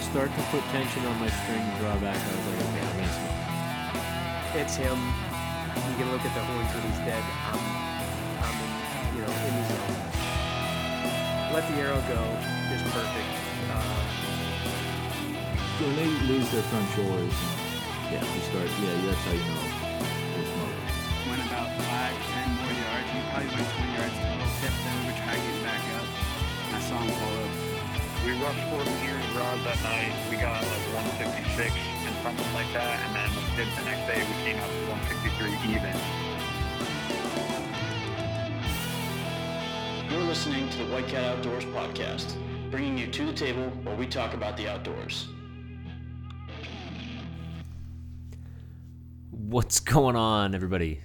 start to put tension on my string drawback, I was like, okay, I'm gonna smoke. It's him. You can look at the horns when he's dead. I'm, I'm in, you know, in the zone. Let the arrow go is perfect. Uh, When they lose their front shoulders, yeah, you start. Yeah, that's how you know. They're smokers. Went about five, ten more yards. We probably went 20 yards to the tip. Then we tried getting back up. I saw him pull up. We rushed for the years rounds that night. We got like 166 and something like that. And then did the next day, we came up to 163 even. You're listening to the White Cat Outdoors podcast, bringing you to the table where we talk about the outdoors. What's going on, everybody?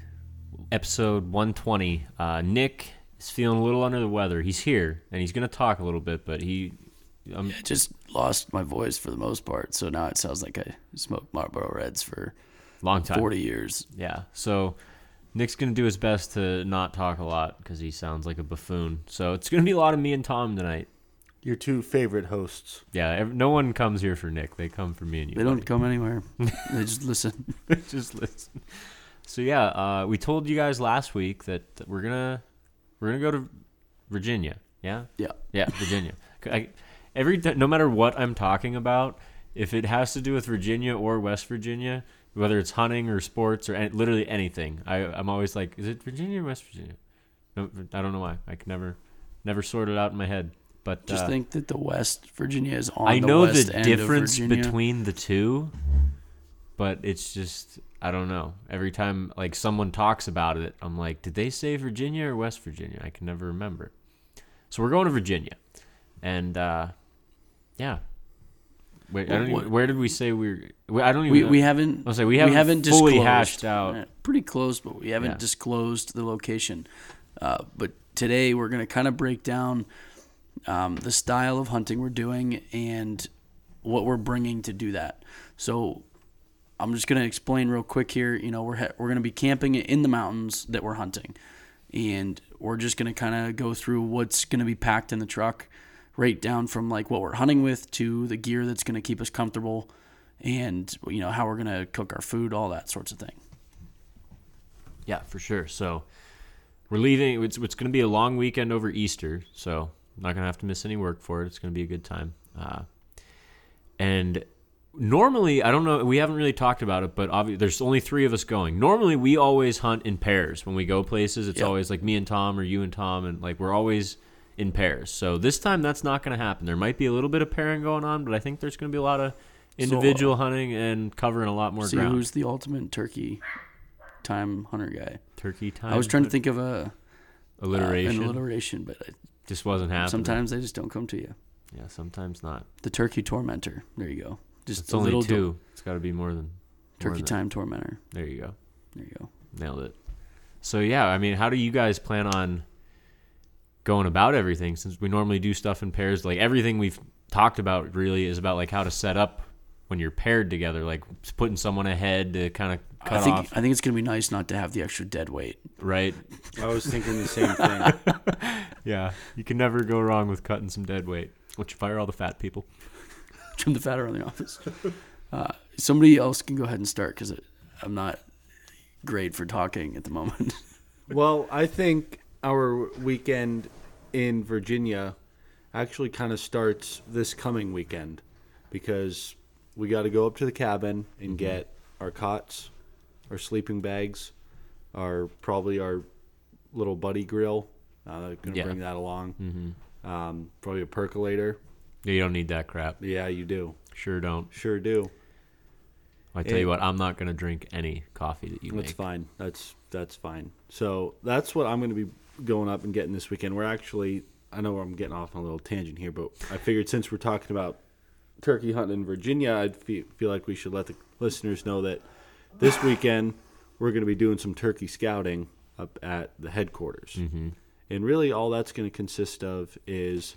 Episode 120. Uh, Nick is feeling a little under the weather. He's here and he's gonna talk a little bit, but he, um, I just lost my voice for the most part, so now it sounds like I smoked Marlboro Reds for long time. 40 years. Yeah. So Nick's going to do his best to not talk a lot because he sounds like a buffoon. So it's going to be a lot of me and Tom tonight. Your two favorite hosts. Yeah. ev- No one comes here for Nick. They come for me and you. They don't buddy. come anywhere. they just listen. Just listen. So yeah, uh, we told you guys last week that we're gonna we're gonna go to Virginia. Yeah. Yeah. Yeah, Virginia. I, every ti- no matter what I'm talking about, if it has to do with Virginia or West Virginia, whether it's hunting or sports or any, literally anything, I I'm always like, is it Virginia or West Virginia? No, I don't know why. I can never never sort it out in my head. But Just uh, think that the West Virginia is on I the know west the end difference of Virginia. between the two, but it's just I don't know. Every time like someone talks about it, I'm like, did they say Virginia or West Virginia? I can never remember. So we're going to Virginia, and uh, yeah. Wait, I Well, don't even, what- where did we say we were? we- I don't even. We, we haven't I'll say we haven't fully hashed out. uh, pretty close but we haven't Yeah. disclosed the location uh, but today we're going to kind of break down um, the style of hunting we're doing and what we're bringing to do that so I'm just going to explain real quick here you know we're ha- we're going to be camping in the mountains that we're hunting and we're just going to kind of go through what's going to be packed in the truck right down from like what we're hunting with to the gear that's going to keep us comfortable and you know how we're going to cook our food all that sorts of thing Yeah, for sure. So we're leaving. It's, it's going to be a long weekend over Easter, so I'm not going to have to miss any work for it. It's going to be a good time. Uh, and normally, I don't know. We haven't really talked about it, but obvi- there's only three of us going. Normally, we always hunt in pairs when we go places. It's Yeah. always like me and Tom or you and Tom, and like we're always in pairs. So this time, that's not going to happen. There might be a little bit of pairing going on, but I think there's going to be a lot of individual hunting and covering a lot more see ground. who's the ultimate turkey time hunter guy Turkey time. i was trying to think of a uh, alliteration. an alliteration but I, just wasn't happening. sometimes they just don't come to you Yeah, sometimes not. the turkey tormentor there you go just It's a only little two. do- it's got to be more than more turkey than- time tormentor There you go. there you go Nailed it. So yeah, I mean, how do you guys plan on going about everything? Since we normally do stuff in pairs, like everything we've talked about really is about like how to set up when you're paired together, like putting someone ahead to kind of cut I think off, I think it's gonna be nice not to have the extra dead weight. right? I was thinking the same thing. Yeah, you can never go wrong with cutting some dead weight. Once you fire all the fat people. Trim the fat around the office. Uh, somebody else can go ahead and start because I'm not great for talking at the moment. Well, I think our weekend in Virginia actually kind of starts this coming weekend because we got to go up to the cabin and get our cots, our sleeping bags, our probably our little buddy grill. Uh, gonna Yeah. bring that along. Mm-hmm. Um, probably a percolator. Yeah, You don't need that crap. Yeah, you do. Sure don't. Sure do. I tell It- you what, I'm not gonna drink any coffee that you That's make. fine. That's that's fine. So that's what I'm going to be going up and getting this weekend. We're actually, I know I'm getting off on a little tangent here, but I figured since we're talking about turkey hunting in Virginia, I feel, feel like we should let the listeners know that this weekend we're going to be doing some turkey scouting up at the headquarters. Mm-hmm. And really, all that's going to consist of is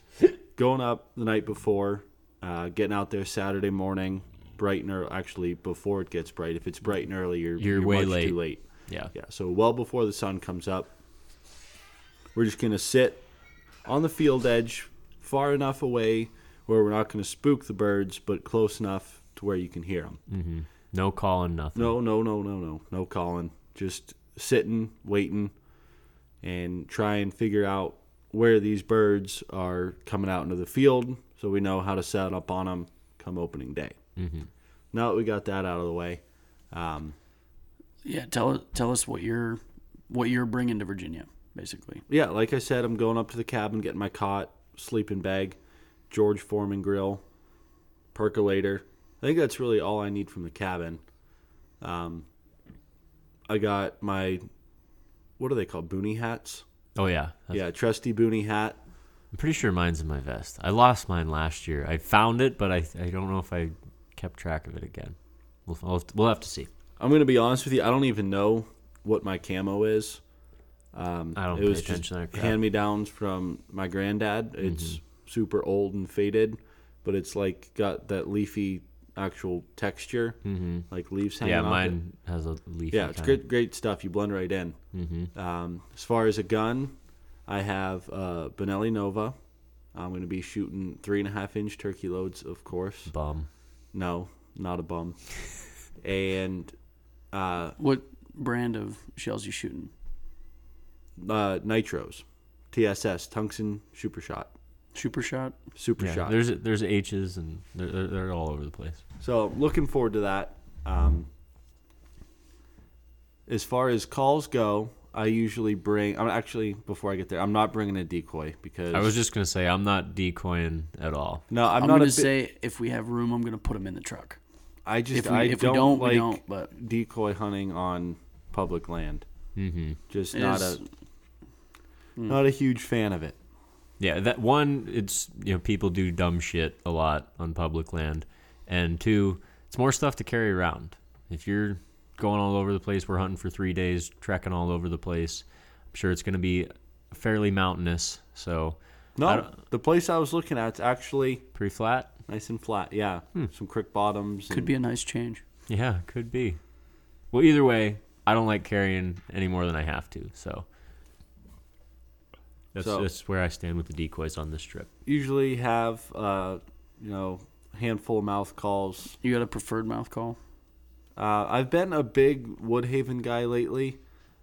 going up the night before, uh, getting out there Saturday morning, bright and early. Actually, before it gets bright, if it's bright and early, you're You're way much late. Too late. Yeah. Yeah. So well before the sun comes up, we're just gonna sit on the field edge, far enough away where we're not going to spook the birds, but close enough to where you can hear them. No calling, nothing. No, no, no, no, no, no calling. Just sitting, waiting, and try and figure out where these birds are coming out into the field, so we know how to set up on them come opening day. Mm-hmm. Now that we got that out of the way, um, Yeah, tell tell us what you're what you're bringing to Virginia, basically. yeah, like I said, I'm going up to the cabin, getting my cot, sleeping bag, George Foreman grill, percolator. I think that's really all I need from the cabin. Um, I got my, what are they called? Boonie hats. Oh yeah, That's- Yeah, trusty boonie hat. I'm pretty sure mine's in my vest. I lost mine last year. I found it, but I I don't know if I kept track of it again. We'll I'll have to, we'll have to see. I'm gonna be honest with you. I don't even know what my camo is. Um, I don't it pay was attention just to that crap. Mm-hmm. hand me downs from my granddad. It's super old and faded, but it's like got that leafy actual texture, mm-hmm. like leaves hanging. Hmm. yeah, off it. mine has a leaf. Yeah, it's good, great stuff. You blend right in. Mm-hmm. Um, as far as a gun, I have uh, Benelli Nova. I'm gonna be shooting three and a half inch turkey loads, of course. Bum. No, not a bum. and uh, What brand of shells you shooting? uh, nitros, TSS, tungsten super shot, Super shot. super Yeah, shot. there's there's H's and they're, they're, they're all over the place. So looking forward to that. Um, as far as calls go, I usually bring. I'm actually before I get there, I'm not bringing a decoy because I was just gonna say I'm not decoying at all. no, I'm, I'm, not gonna a bi- say if we have room, I'm gonna put them in the truck. I just if we- I if we don't don't, we like don't, but- decoy hunting on public land. Mm-hmm. Just It not is- a Hmm. not a huge fan of it. Yeah, that one, it's you know people do dumb shit a lot on public land, and two, it's more stuff to carry around. If you're going all over the place, we're hunting for three days, trekking all over the place. I'm sure it's going to be fairly mountainous, so I No, don't- the place I was looking at's actually pretty flat. nice and flat. Yeah, some creek bottoms. Could and- be a nice change. Yeah, could be. Well, either way, I don't like carrying any more than I have to, so. That's, So- that's where I stand with the decoys on this trip. usually have uh, you know handful of mouth calls. You got a preferred mouth call? Uh, I've been a big Woodhaven guy lately.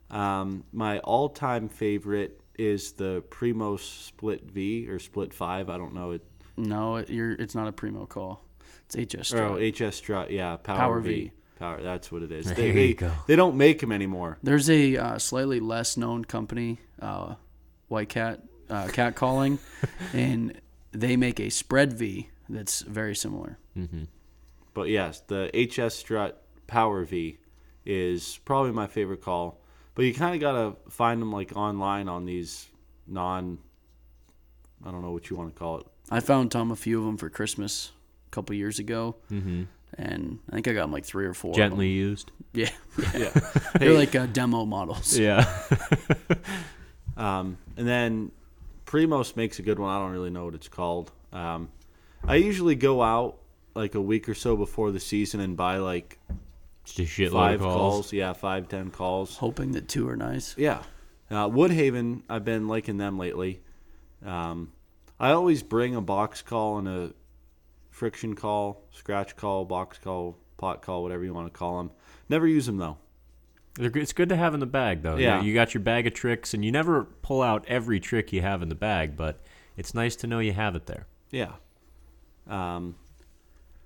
Um, my all-time favorite is the Primos Split V or Split Five. I don't know it. No, it, you're. It's not a primo call. It's HS. Oh, truck. HS Strut. Yeah, Power, Power v. V. Power. That's what it is. There they, you they, go. they don't make them anymore. There's a uh, slightly less known company, uh, White Cat uh, Cat Calling, and they make a spread V that's very similar. But yes, the HS Strut Power V is probably my favorite call. But you kind of gotta find them like online on these non. I don't know what you want to call it. I found Tom a few of them for Christmas a couple years ago, mm-hmm. and I think I got 'em, like three or four. of 'em. Gently used. yeah. Yeah. They're like uh, demo models. Yeah. Um, and then Primos makes a good one. I don't really know what it's called. Um, I usually go out like a week or so before the season and buy like Just a shitload five of calls. calls. Yeah, five, ten calls. Hoping that two are nice. Yeah. Uh, Woodhaven, I've been liking them lately. Um, I always bring a box call and a friction call, scratch call, box call, pot call, whatever you want to call them. Never use them though. They're good- It's good to have in the bag, though. You- Yeah. You, got your bag of tricks, and you never pull out every trick you have in the bag, but it's nice to know you have it there. Yeah. Um,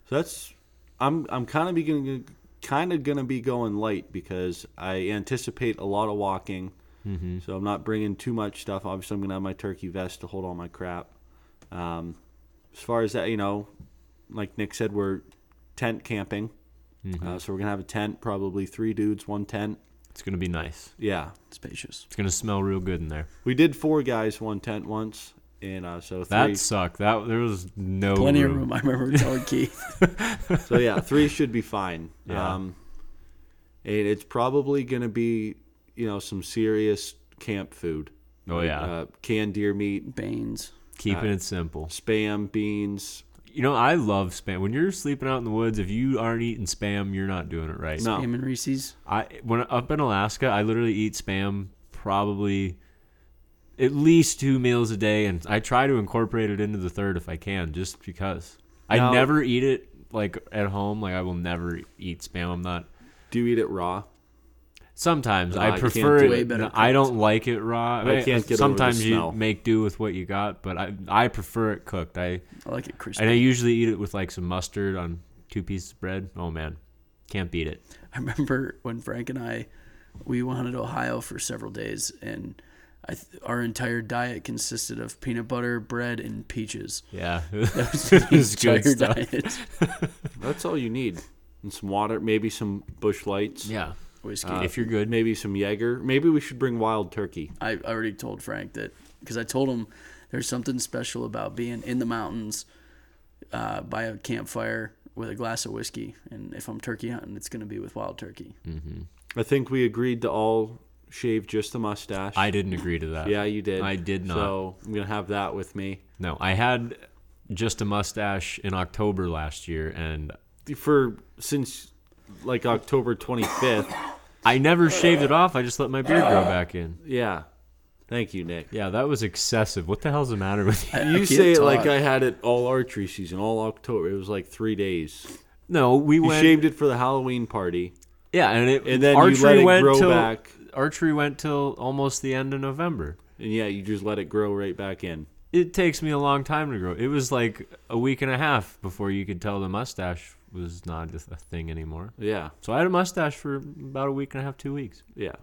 so that's I'm I'm kind of beginning kind of gonna be going light because I anticipate a lot of walking. Mm-hmm. So I'm not bringing too much stuff. Obviously, I'm gonna have my turkey vest to hold all my crap. Um, as far as that, you know, like Nick said, we're tent camping. Uh, so we're gonna have a tent, probably three dudes, one tent. It's going to be nice. Yeah, Spacious. It's going to smell real good in there. we did four guys, one tent once, and uh, so three. That sucked. That there was no Plenty room. of room. I remember telling Keith. So yeah, three should be fine. Yeah. Um, and it's probably going to be, you know, some serious camp food. Oh, yeah. uh, canned deer meat, Baines. Keeping it simple. spam, beans. You know, I love spam. When you're sleeping out in the woods, if you aren't eating spam, you're not doing it right. No, Him and Reese's. I when up in Alaska, I literally eat spam probably at least two meals a day, and I try to incorporate it into the third if I can, just because. I Now- never eat it like at home. Like I will never eat spam. I'm not. Do you eat it raw? Sometimes Nah, I I can't prefer do it. it. Way better I don't like it raw. I can't get over the Sometimes you smell. make do with what you got, but I I prefer it cooked. I I like it crispy. and I usually eat it with like some mustard on two pieces of bread. Oh man, can't beat it. I remember when Frank and I we wanted Ohio for several days, and I th- our entire diet consisted of peanut butter, bread, and peaches. Yeah, That it was good stuff. diet. That's all you need. And some water, maybe some bush lights. Yeah, Whiskey. if you're good, Maybe some Jaeger. Maybe we should bring wild turkey. I I already told Frank that because I told him there's something special about being in the mountains uh, by a campfire with a glass of whiskey, and if I'm turkey hunting, it's going to be with wild turkey. I think we agreed to all shave just the mustache. I didn't agree to that. Yeah, you did. I did not. So I'm gonna have that with me No, I had just a mustache in October last year, and for since like October 25th. I never shaved it off. I just let my beard grow back in. yeah. Thank you, Nick. Yeah, that was excessive. What the hell's the matter with you? You can't say it like talk. I had it all archery season, all October. It was like three days. No, we You went. shaved it for the Halloween party, yeah, and it and then archery you let it went grow till back, archery went till almost the end of November. and yeah, you just let it grow right back in. It takes me a long time to grow. It was like a week and a half before you could tell the mustache was not a th- a thing anymore. Yeah, So I had a mustache for about a week and a half, two weeks, yeah.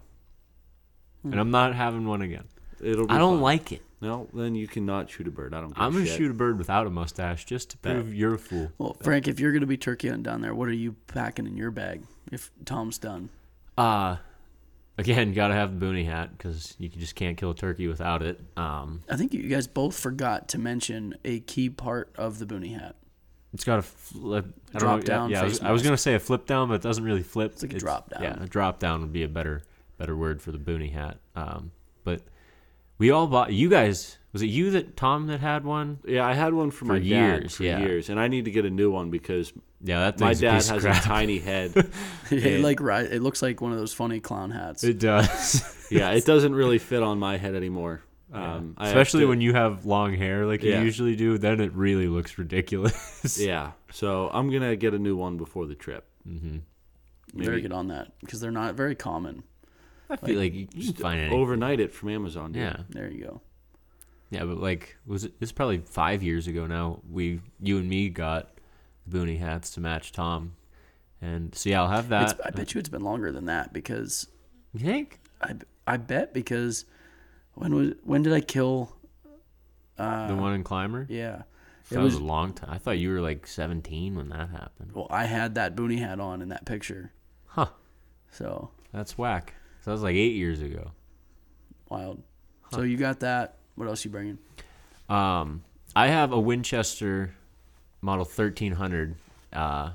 Hmm. and I'm not having one again. It'll. Be I don't fun. like it. No, then you cannot shoot a bird. I don't. Give I'm a gonna shit. shoot a bird without a mustache just to prove you're a fool. Well, Frank, if you're going to be turkey hunting down there, what are you packing in your bag if Tom's done? Uh again, gotta have the boonie hat because you can- just can't kill a turkey without it. Um, I think you guys both forgot to mention a key part of the boonie hat. it's got a flip. I don't Drop know, down Yeah, yeah, I, was, face I was mask. gonna say a flip down, but it doesn't really flip. It's like a drop down. Yeah, a drop down would be a better better word for the boonie hat. Um, but we all bought. You guys, was it you that Tom that had one? Yeah, I had one for, my dad years, for yeah. years, and I need to get a new one because Yeah, that my thing's a dad piece of has a crap. tiny head. it like ri- it looks like one of those funny clown hats. It does, yeah, it doesn't really fit on my head anymore. Um, I have especially to- when you have long hair like Yeah. you usually do. Then it really looks ridiculous. Yeah, so I'm gonna get a new one before the trip. Mm-hmm. very good on that because they're not very common. I feel like you can find any. Overnight it from Amazon. Dude. yeah. There you go. Yeah, but like, was it? It's probably five years ago now. We, you and me, got the boonie hats to match Tom, and so yeah, I'll have It's, that. I bet you it's been longer than that because You think? I, I bet because when was when did I kill? the one in climber. Uh, Yeah, it that was, was. a long time. I thought you were like seventeen when that happened. Well, I had that boonie hat on in that picture, Huh? so That's whack. So that was like eight years ago. wild. So you got that. What else you bringing? Um, I have a Winchester model thirteen hundred. Uh,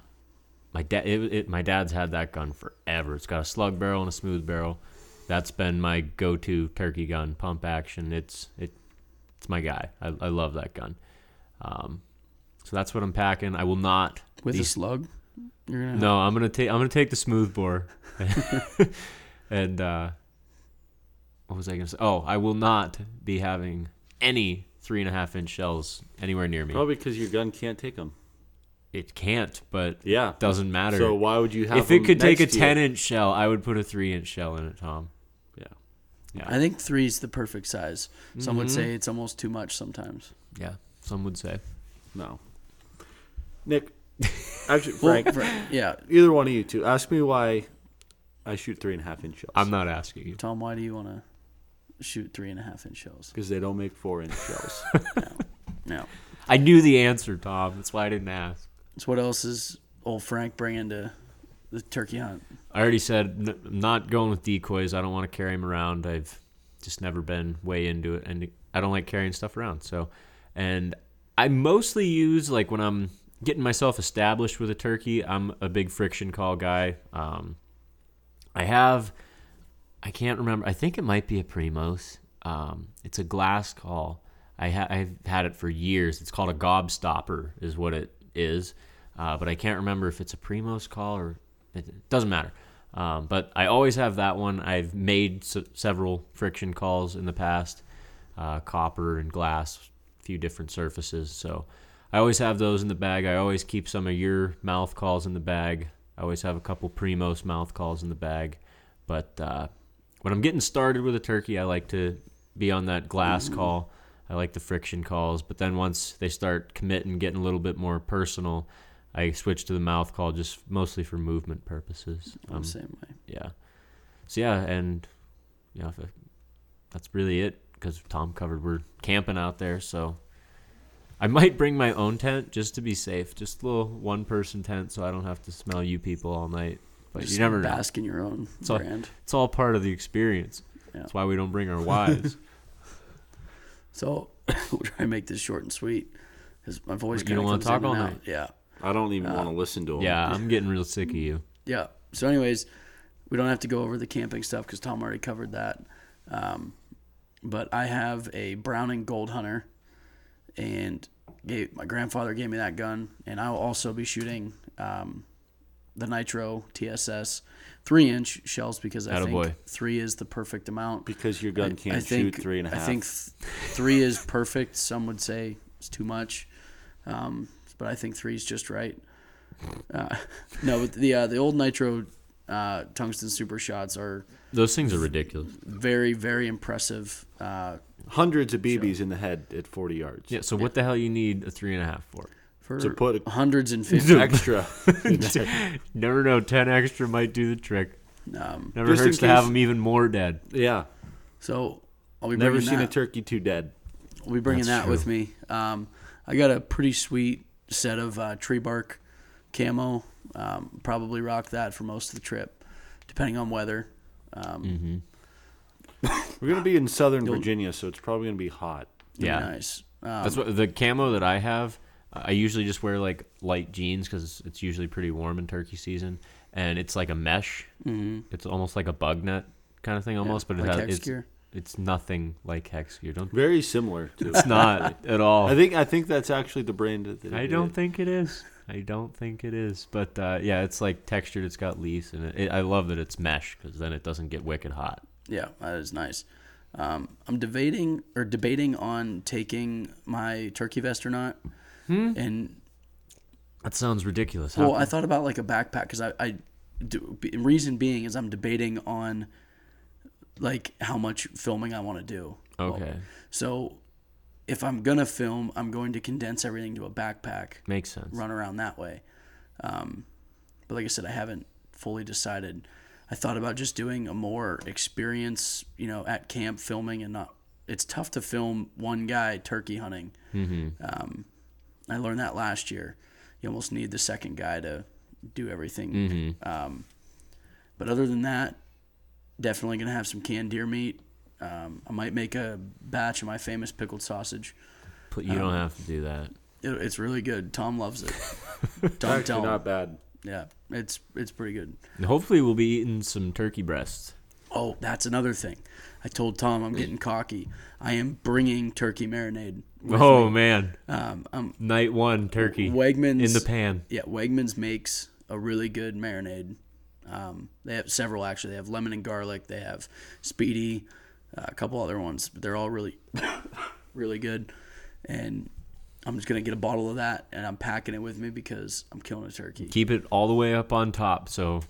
my dad, it, it, my dad's had that gun forever. It's got a slug barrel and a smooth barrel. That's been my go-to turkey gun, pump action. It's it, it's my guy. I, I love that gun. Um, so that's what I'm packing. I will not With a these- slug? You're Uh-huh. gonna no, I'm gonna take I'm gonna take the smooth bore, and uh, what was I gonna say? Oh, I will not be having any three and a half inch shells anywhere near me. Probably because your gun can't take them. It can't, but Yeah. doesn't matter. So why would you have? if it 'em could take a next to you? ten inch shell, I would put a three inch shell in it, Tom. Yeah. I think three is the perfect size. Some Mm-hmm. would say it's almost too much sometimes. Yeah, some would say. No. Nick, actually, Well, Frank, Frank- yeah. either one of you two, ask me why I shoot three and a half inch shells. I'm not asking you. Tom, why do you want to shoot three and a half inch shells? because they don't make four inch shells. No. I knew the answer, Tom. That's why I didn't ask. So what else is old Frank bringing to the turkey hunt? I already said n- I'm not going with decoys. I don't want to carry them around. I've just never been way into it, and I don't like carrying stuff around. So, and I mostly use like when I'm getting myself established with a turkey. I'm a big friction call guy. Um, I have, I can't remember. I think it might be a Primos. Um, it's a glass call. I ha- I've had it for years. It's called a gobstopper, is what it is. Uh, but I can't remember if it's a Primos call or it it doesn't matter. Um, but I always have that one. I've made s- several friction calls in the past. uh, copper and glass, a few different surfaces. So I always have those in the bag. I always keep some of your mouth calls in the bag. I always have a couple Primos mouth calls in the bag. But uh, when I'm getting started with a turkey, I like to be on that glass call. I like the friction calls. But then once they start committing, getting a little bit more personal, I switch to the mouth call just mostly for movement purposes. I'm Um, the same way. yeah. So yeah, and yeah, if I- that's really it because Tom covered. We're camping out there, so I might bring my own tent just to be safe, just a little one-person tent, so I don't have to smell you people all night. But Just you never know. bask in your own all- brand. It's all part of the experience. Yeah. That's why we don't bring our wives. So we'll try and make this short and sweet because my voice You kind don't of wanna comes talk in all and out. night. Yeah, I don't even want to listen to him. Uh, yeah, I'm getting real sick of you. yeah. So, anyways, we don't have to go over the camping stuff because Tom already covered that. Um, but I have a Browning Gold Hunter, and gave, my grandfather gave me that gun, and I will also be shooting um, the Nitro TSS three inch shells because I Attaboy. think three is the perfect amount. Because your gun can't shoot three and a half. I think th- three is perfect. Some would say it's too much, um, but I think three is just right. Uh, no, but the uh, the old nitro uh, tungsten super shots are Those things are ridiculous. very very impressive. Uh, hundreds of BBs in the head at 40 yards. Yeah. So what the hell you need a three and a half for? for To put a- hundreds and fifty, Extra. Never know. Ten extra might do the trick. um, Never Just in hurts to have case- them even more dead. yeah. so I'll be Never bringing seen a that. turkey too dead. I'll be bringing That's that with true. me. Um, I got a pretty sweet set of uh, tree bark camo. Um, probably rock that for most of the trip, depending on weather. Um, We're going to be in southern You'll- Virginia, so it's probably going to be hot. It'll be Yeah. nice. Um, That's what the camo that I have. uh, I usually just wear like light jeans because it's usually pretty warm in turkey season, and it's like a mesh. mm It's almost like a bug net kind of thing, almost, but it like has hex it's gear. it's nothing like hex gear. Don't Very similar to it's not at all. I think I think that's actually the brand that they I did. don't think it is. I don't think it is. But uh, yeah, it's like textured. It's got leaves, and it, it, I love that it's mesh because then it doesn't get wicked hot. Yeah, that is nice. Um, I'm debating or debating on taking my turkey vest or not. Hmm? And That sounds ridiculous. well, I thought about like a backpack because I, I do, be- reason being is I'm debating on like how much filming I want to do. okay, So if I'm gonna film, I'm going to condense everything to a backpack, makes sense. run around that way. Um, but like I said, I haven't fully decided. I thought about just doing a more experience, you know, at camp filming and not. It's tough to film one guy turkey hunting. Mm-hmm. Um, I learned that last year. You almost need the second guy to do everything. Um, but other than that, definitely gonna have some canned deer meat. Um, I might make a batch of my famous pickled sausage. Pl- You don't have to do that. It, it's really good. Tom loves it. It's Tom, actually tell not him. bad. Yeah, it's it's pretty good. And hopefully, we'll be eating some turkey breasts. Oh, that's another thing. I told Tom I'm getting cocky. I am bringing turkey marinade. with Oh me. man, um, um, night one turkey Wegmans in the pan. Yeah, Wegmans makes a really good marinade. Um, they have several actually. They have lemon and garlic. They have Speedy, uh, a couple other ones. But they're all really, really good. And I'm just gonna get a bottle of that, and I'm packing it with me because I'm killing a turkey. Keep it all the way up on top, so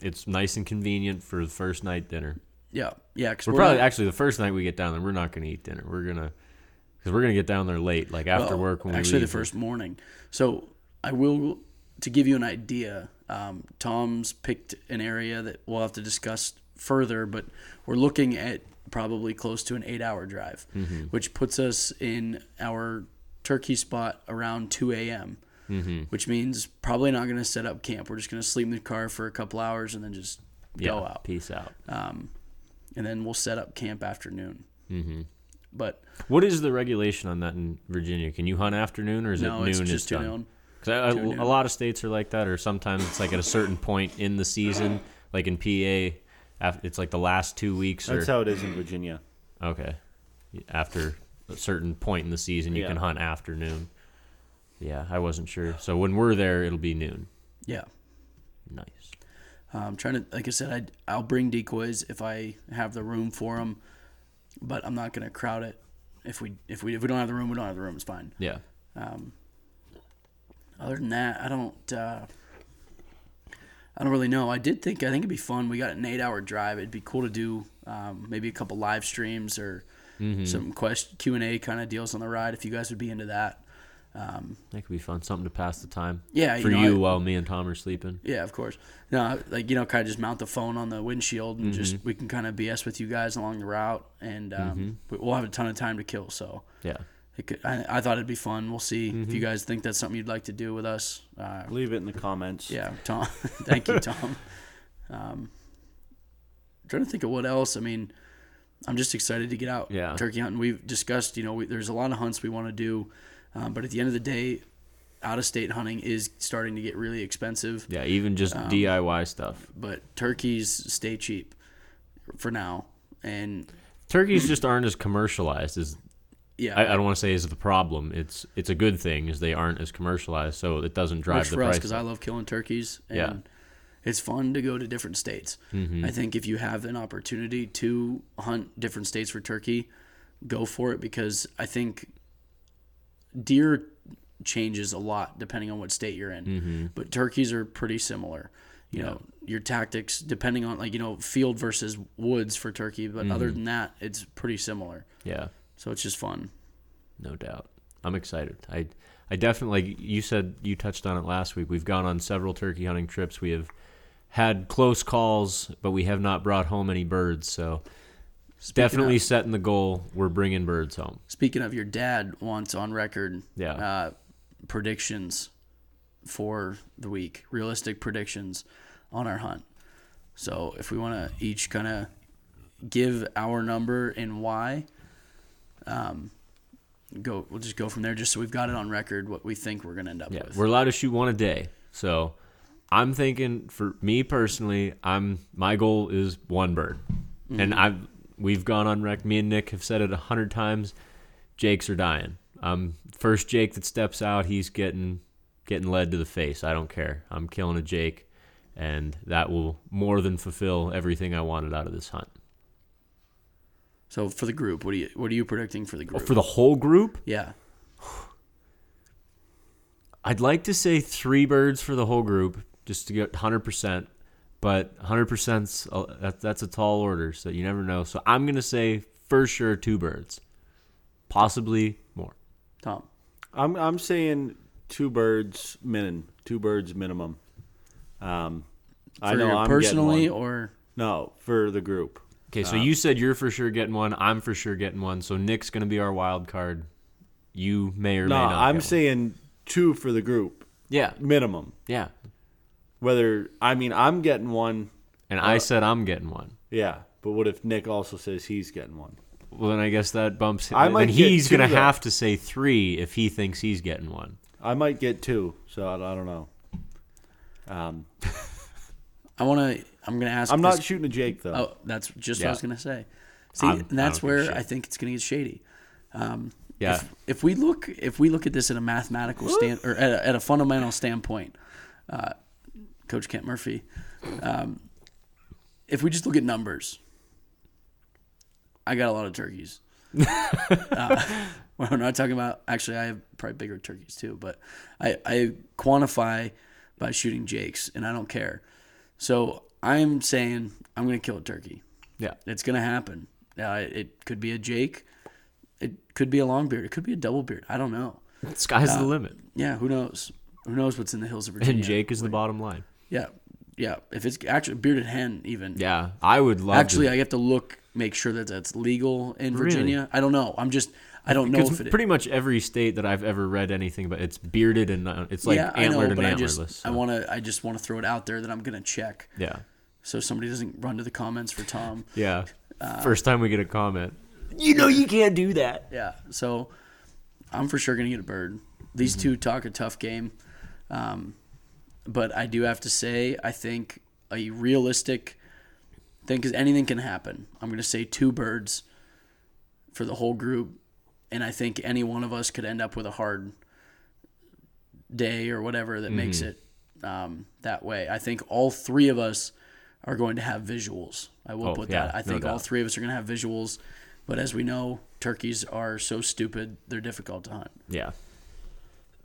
it's nice and convenient for the first night dinner. Yeah, yeah. Cause We're, probably not- actually the first night we get down there. We're not gonna eat dinner. We're gonna because we're gonna get down there late, like after Well, work. When we actually, the leave. first morning. So I will to give you an idea. Um, Tom's picked an area that we'll have to discuss further, but we're looking at probably close to an eight-hour drive, Mm-hmm. which puts us in our turkey spot around 2 a.m. Mm-hmm. Which means probably not going to set up camp. We're just going to sleep in the car for a couple hours and then just yeah, go out, Peace out. and then we'll set up camp afternoon. Mm-hmm. But what is the regulation on that in Virginia? Can you hunt afternoon or is no, it noon? it's is just too done? noon. 'Cause I- I- Two noon. a lot of states are like that, or sometimes it's like at a certain point in the season, like in PA, af- it's like the last two weeks. or, That's how it is in Virginia. Okay. After a certain point in the season, you Yeah. can hunt afternoon. Yeah, I wasn't sure. So when we're there, it'll be noon. Yeah. Nice. I'm trying to, like I said, I'd, I'll bring decoys if I have the room for them, but I'm not going to crowd it If we if we if we don't have the room, we don't have the room. It's fine. Yeah. Other than that, I don't. Uh, I don't really know. I did think I think it'd be fun. We got an eight-hour drive. It'd be cool to do um, maybe a couple live streams or Mm-hmm. some quest Q and A kind of deals on the ride. If you guys would be into that, That could be fun. Something to pass the time. Yeah, you For know, you, I- while me and Tom are sleeping. yeah, of course. No, like you know, kind of just mount the phone on the windshield and just Mm-hmm. we can kind of BS with you guys along the route, and um, we- we'll have a ton of time to kill. So Yeah. It could, I, I thought it'd be fun. We'll see if you guys think that's something you'd like to do with us. Uh, Mm-hmm. Leave it in the comments. yeah, Tom. thank you, Tom. Um, trying to think of what else. I mean, I'm just excited to get out Yeah. turkey hunting. We've discussed, you know, we, there's a lot of hunts we want to do, um, but at the end of the day, out of state hunting is starting to get really expensive. Yeah. Even just Um, DIY stuff. But turkeys stay cheap for now, and Turkeys just aren't as commercialized as yeah, I, I don't want to say is the problem. It's it's a good thing is they aren't as commercialized, so it doesn't drive works the for us price. because I love killing turkeys. And Yeah. Mm-hmm. It's fun to go to different states. I think if you have an opportunity to hunt different states for turkey, go for it because I think deer changes a lot depending on what state you're in. Mm-hmm. But turkeys are pretty similar. You know, your tactics depending on like, you know, field versus woods for turkey, Mm-hmm. but other than that, it's pretty similar. yeah, So it's just fun. no doubt. I'm excited. I I definitely like you said you touched on it last week. We've gone on several turkey hunting trips. We have had close calls, but we have not brought home any birds. So definitely of- setting the goal. We're bringing birds home. Speaking of your dad wants on record Yeah. uh, predictions for the week, realistic predictions on our hunt. So if we want to each kind of give our number and why, um, go we'll just go from there. Just so we've got it on record what we think we're gonna end up Yeah, with. we're allowed to shoot one a day. So I'm thinking for me personally, I'm my goal is one bird, and I've we've gone on rec. Me and Nick have said it a hundred times. Jakes are dying. Um, first Jake that steps out, he's getting getting led to the face. I don't care. I'm killing a Jake, and that will more than fulfill everything I wanted out of this hunt. So for the group, what do you what are you predicting for the Oh, group? For the whole group, yeah, I'd like to say three birds for the whole group, just to get hundred percent. But hundred percent's that, that's a tall order, so you never know. So I'm gonna say for sure two birds, possibly more. Tom. I'm I'm saying two birds minimum. Two birds minimum. Um, I For know your I'm personally Getting one. or No, for the group. Okay, Uh, so you said you're for sure getting one. I'm for sure getting one. So Nick's gonna be our wild card. You may or No, may not. I'm get one. saying two for the group yeah, minimum. yeah. Whether I mean I'm getting one. And Uh, I said I'm getting one. Yeah, but what if Nick also says he's getting one? Well, then I guess that bumps. I then might get he's two, gonna though. have to say three if he thinks he's getting one. I might get two, so I, I don't know. I want to. I'm gonna ask. I'm this not shooting a Jake though. Oh, that's just what I Yeah. was gonna say. See, I'm- and I don't that's give a where shit. I think it's gonna get shady. Yeah, If, if we look, if we look at this in a mathematical stand or at a, at a fundamental standpoint, uh, Coach Kent Murphy, um, if we just look at numbers, I got a lot of turkeys. uh, well, I'm not talking about. Actually, I have probably bigger turkeys too, but I, I quantify by shooting jakes, and I don't care. So I'm saying I'm gonna kill a turkey. yeah. It's gonna happen. Uh, it could be a Jake. It could be a long beard. It could be a double beard. I don't know. Sky's the limit. Yeah, who knows? Who knows what's in the hills of Virginia? And Jake is the bottom line. Yeah, yeah. If it's actually bearded hen, even. Yeah, I would love. Actually, to. I have to look, make sure that that's legal in Virginia. I don't know. I'm just. I don't know if it. pretty much every state that I've ever read anything, but it's bearded and uh, it's like yeah, I know, antlered but I and antlerless. just. I so- want to. I just want to throw it out there that I'm gonna check, yeah, so somebody doesn't run to the comments for Tom. yeah. uh, First time we get a comment. Yeah. So I'm for sure going to get a bird. These Mm-hmm. two talk a tough game. Um, but I do have to say, I think a realistic thing, because anything can happen. I'm going to say two birds for the whole group. And I think any one of us could end up with a hard day or whatever that makes it Mm-hmm. um, that way. I think all three of us are going to have visuals. I will Oh, put yeah, that. I no think all doubt. three of us are going to have visuals. But as we know, turkeys are so stupid; they're difficult to hunt. Yeah.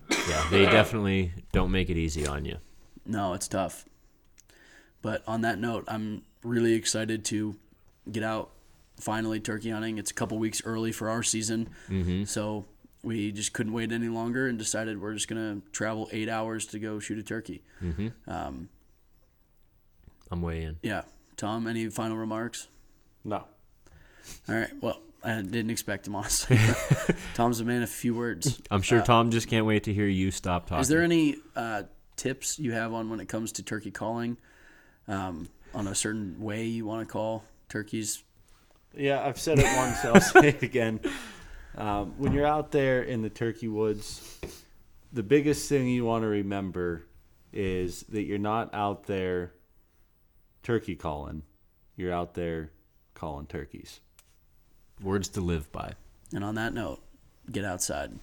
Yeah, they definitely don't make it easy on you. No, it's tough. But on that note, I'm really excited to get out finally turkey hunting. It's a couple weeks early for our season. So we just couldn't wait any longer and decided we're just going to travel eight hours to go shoot a turkey. I'm way in. Yeah. Tom, any final remarks? No. All right. Well, I didn't expect him, honestly. Tom's a man of few words. I'm sure Tom just can't wait to hear you stop talking. Uh, Is there any uh, tips you have on when it comes to turkey calling? Um, on a certain way you want to call turkeys? Yeah, I've said it once. I'll say it again. Um, when you're out there in the turkey woods, the biggest thing you want to remember is that you're not out there turkey calling. You're out there calling turkeys. Words to live by. And on that note, get outside.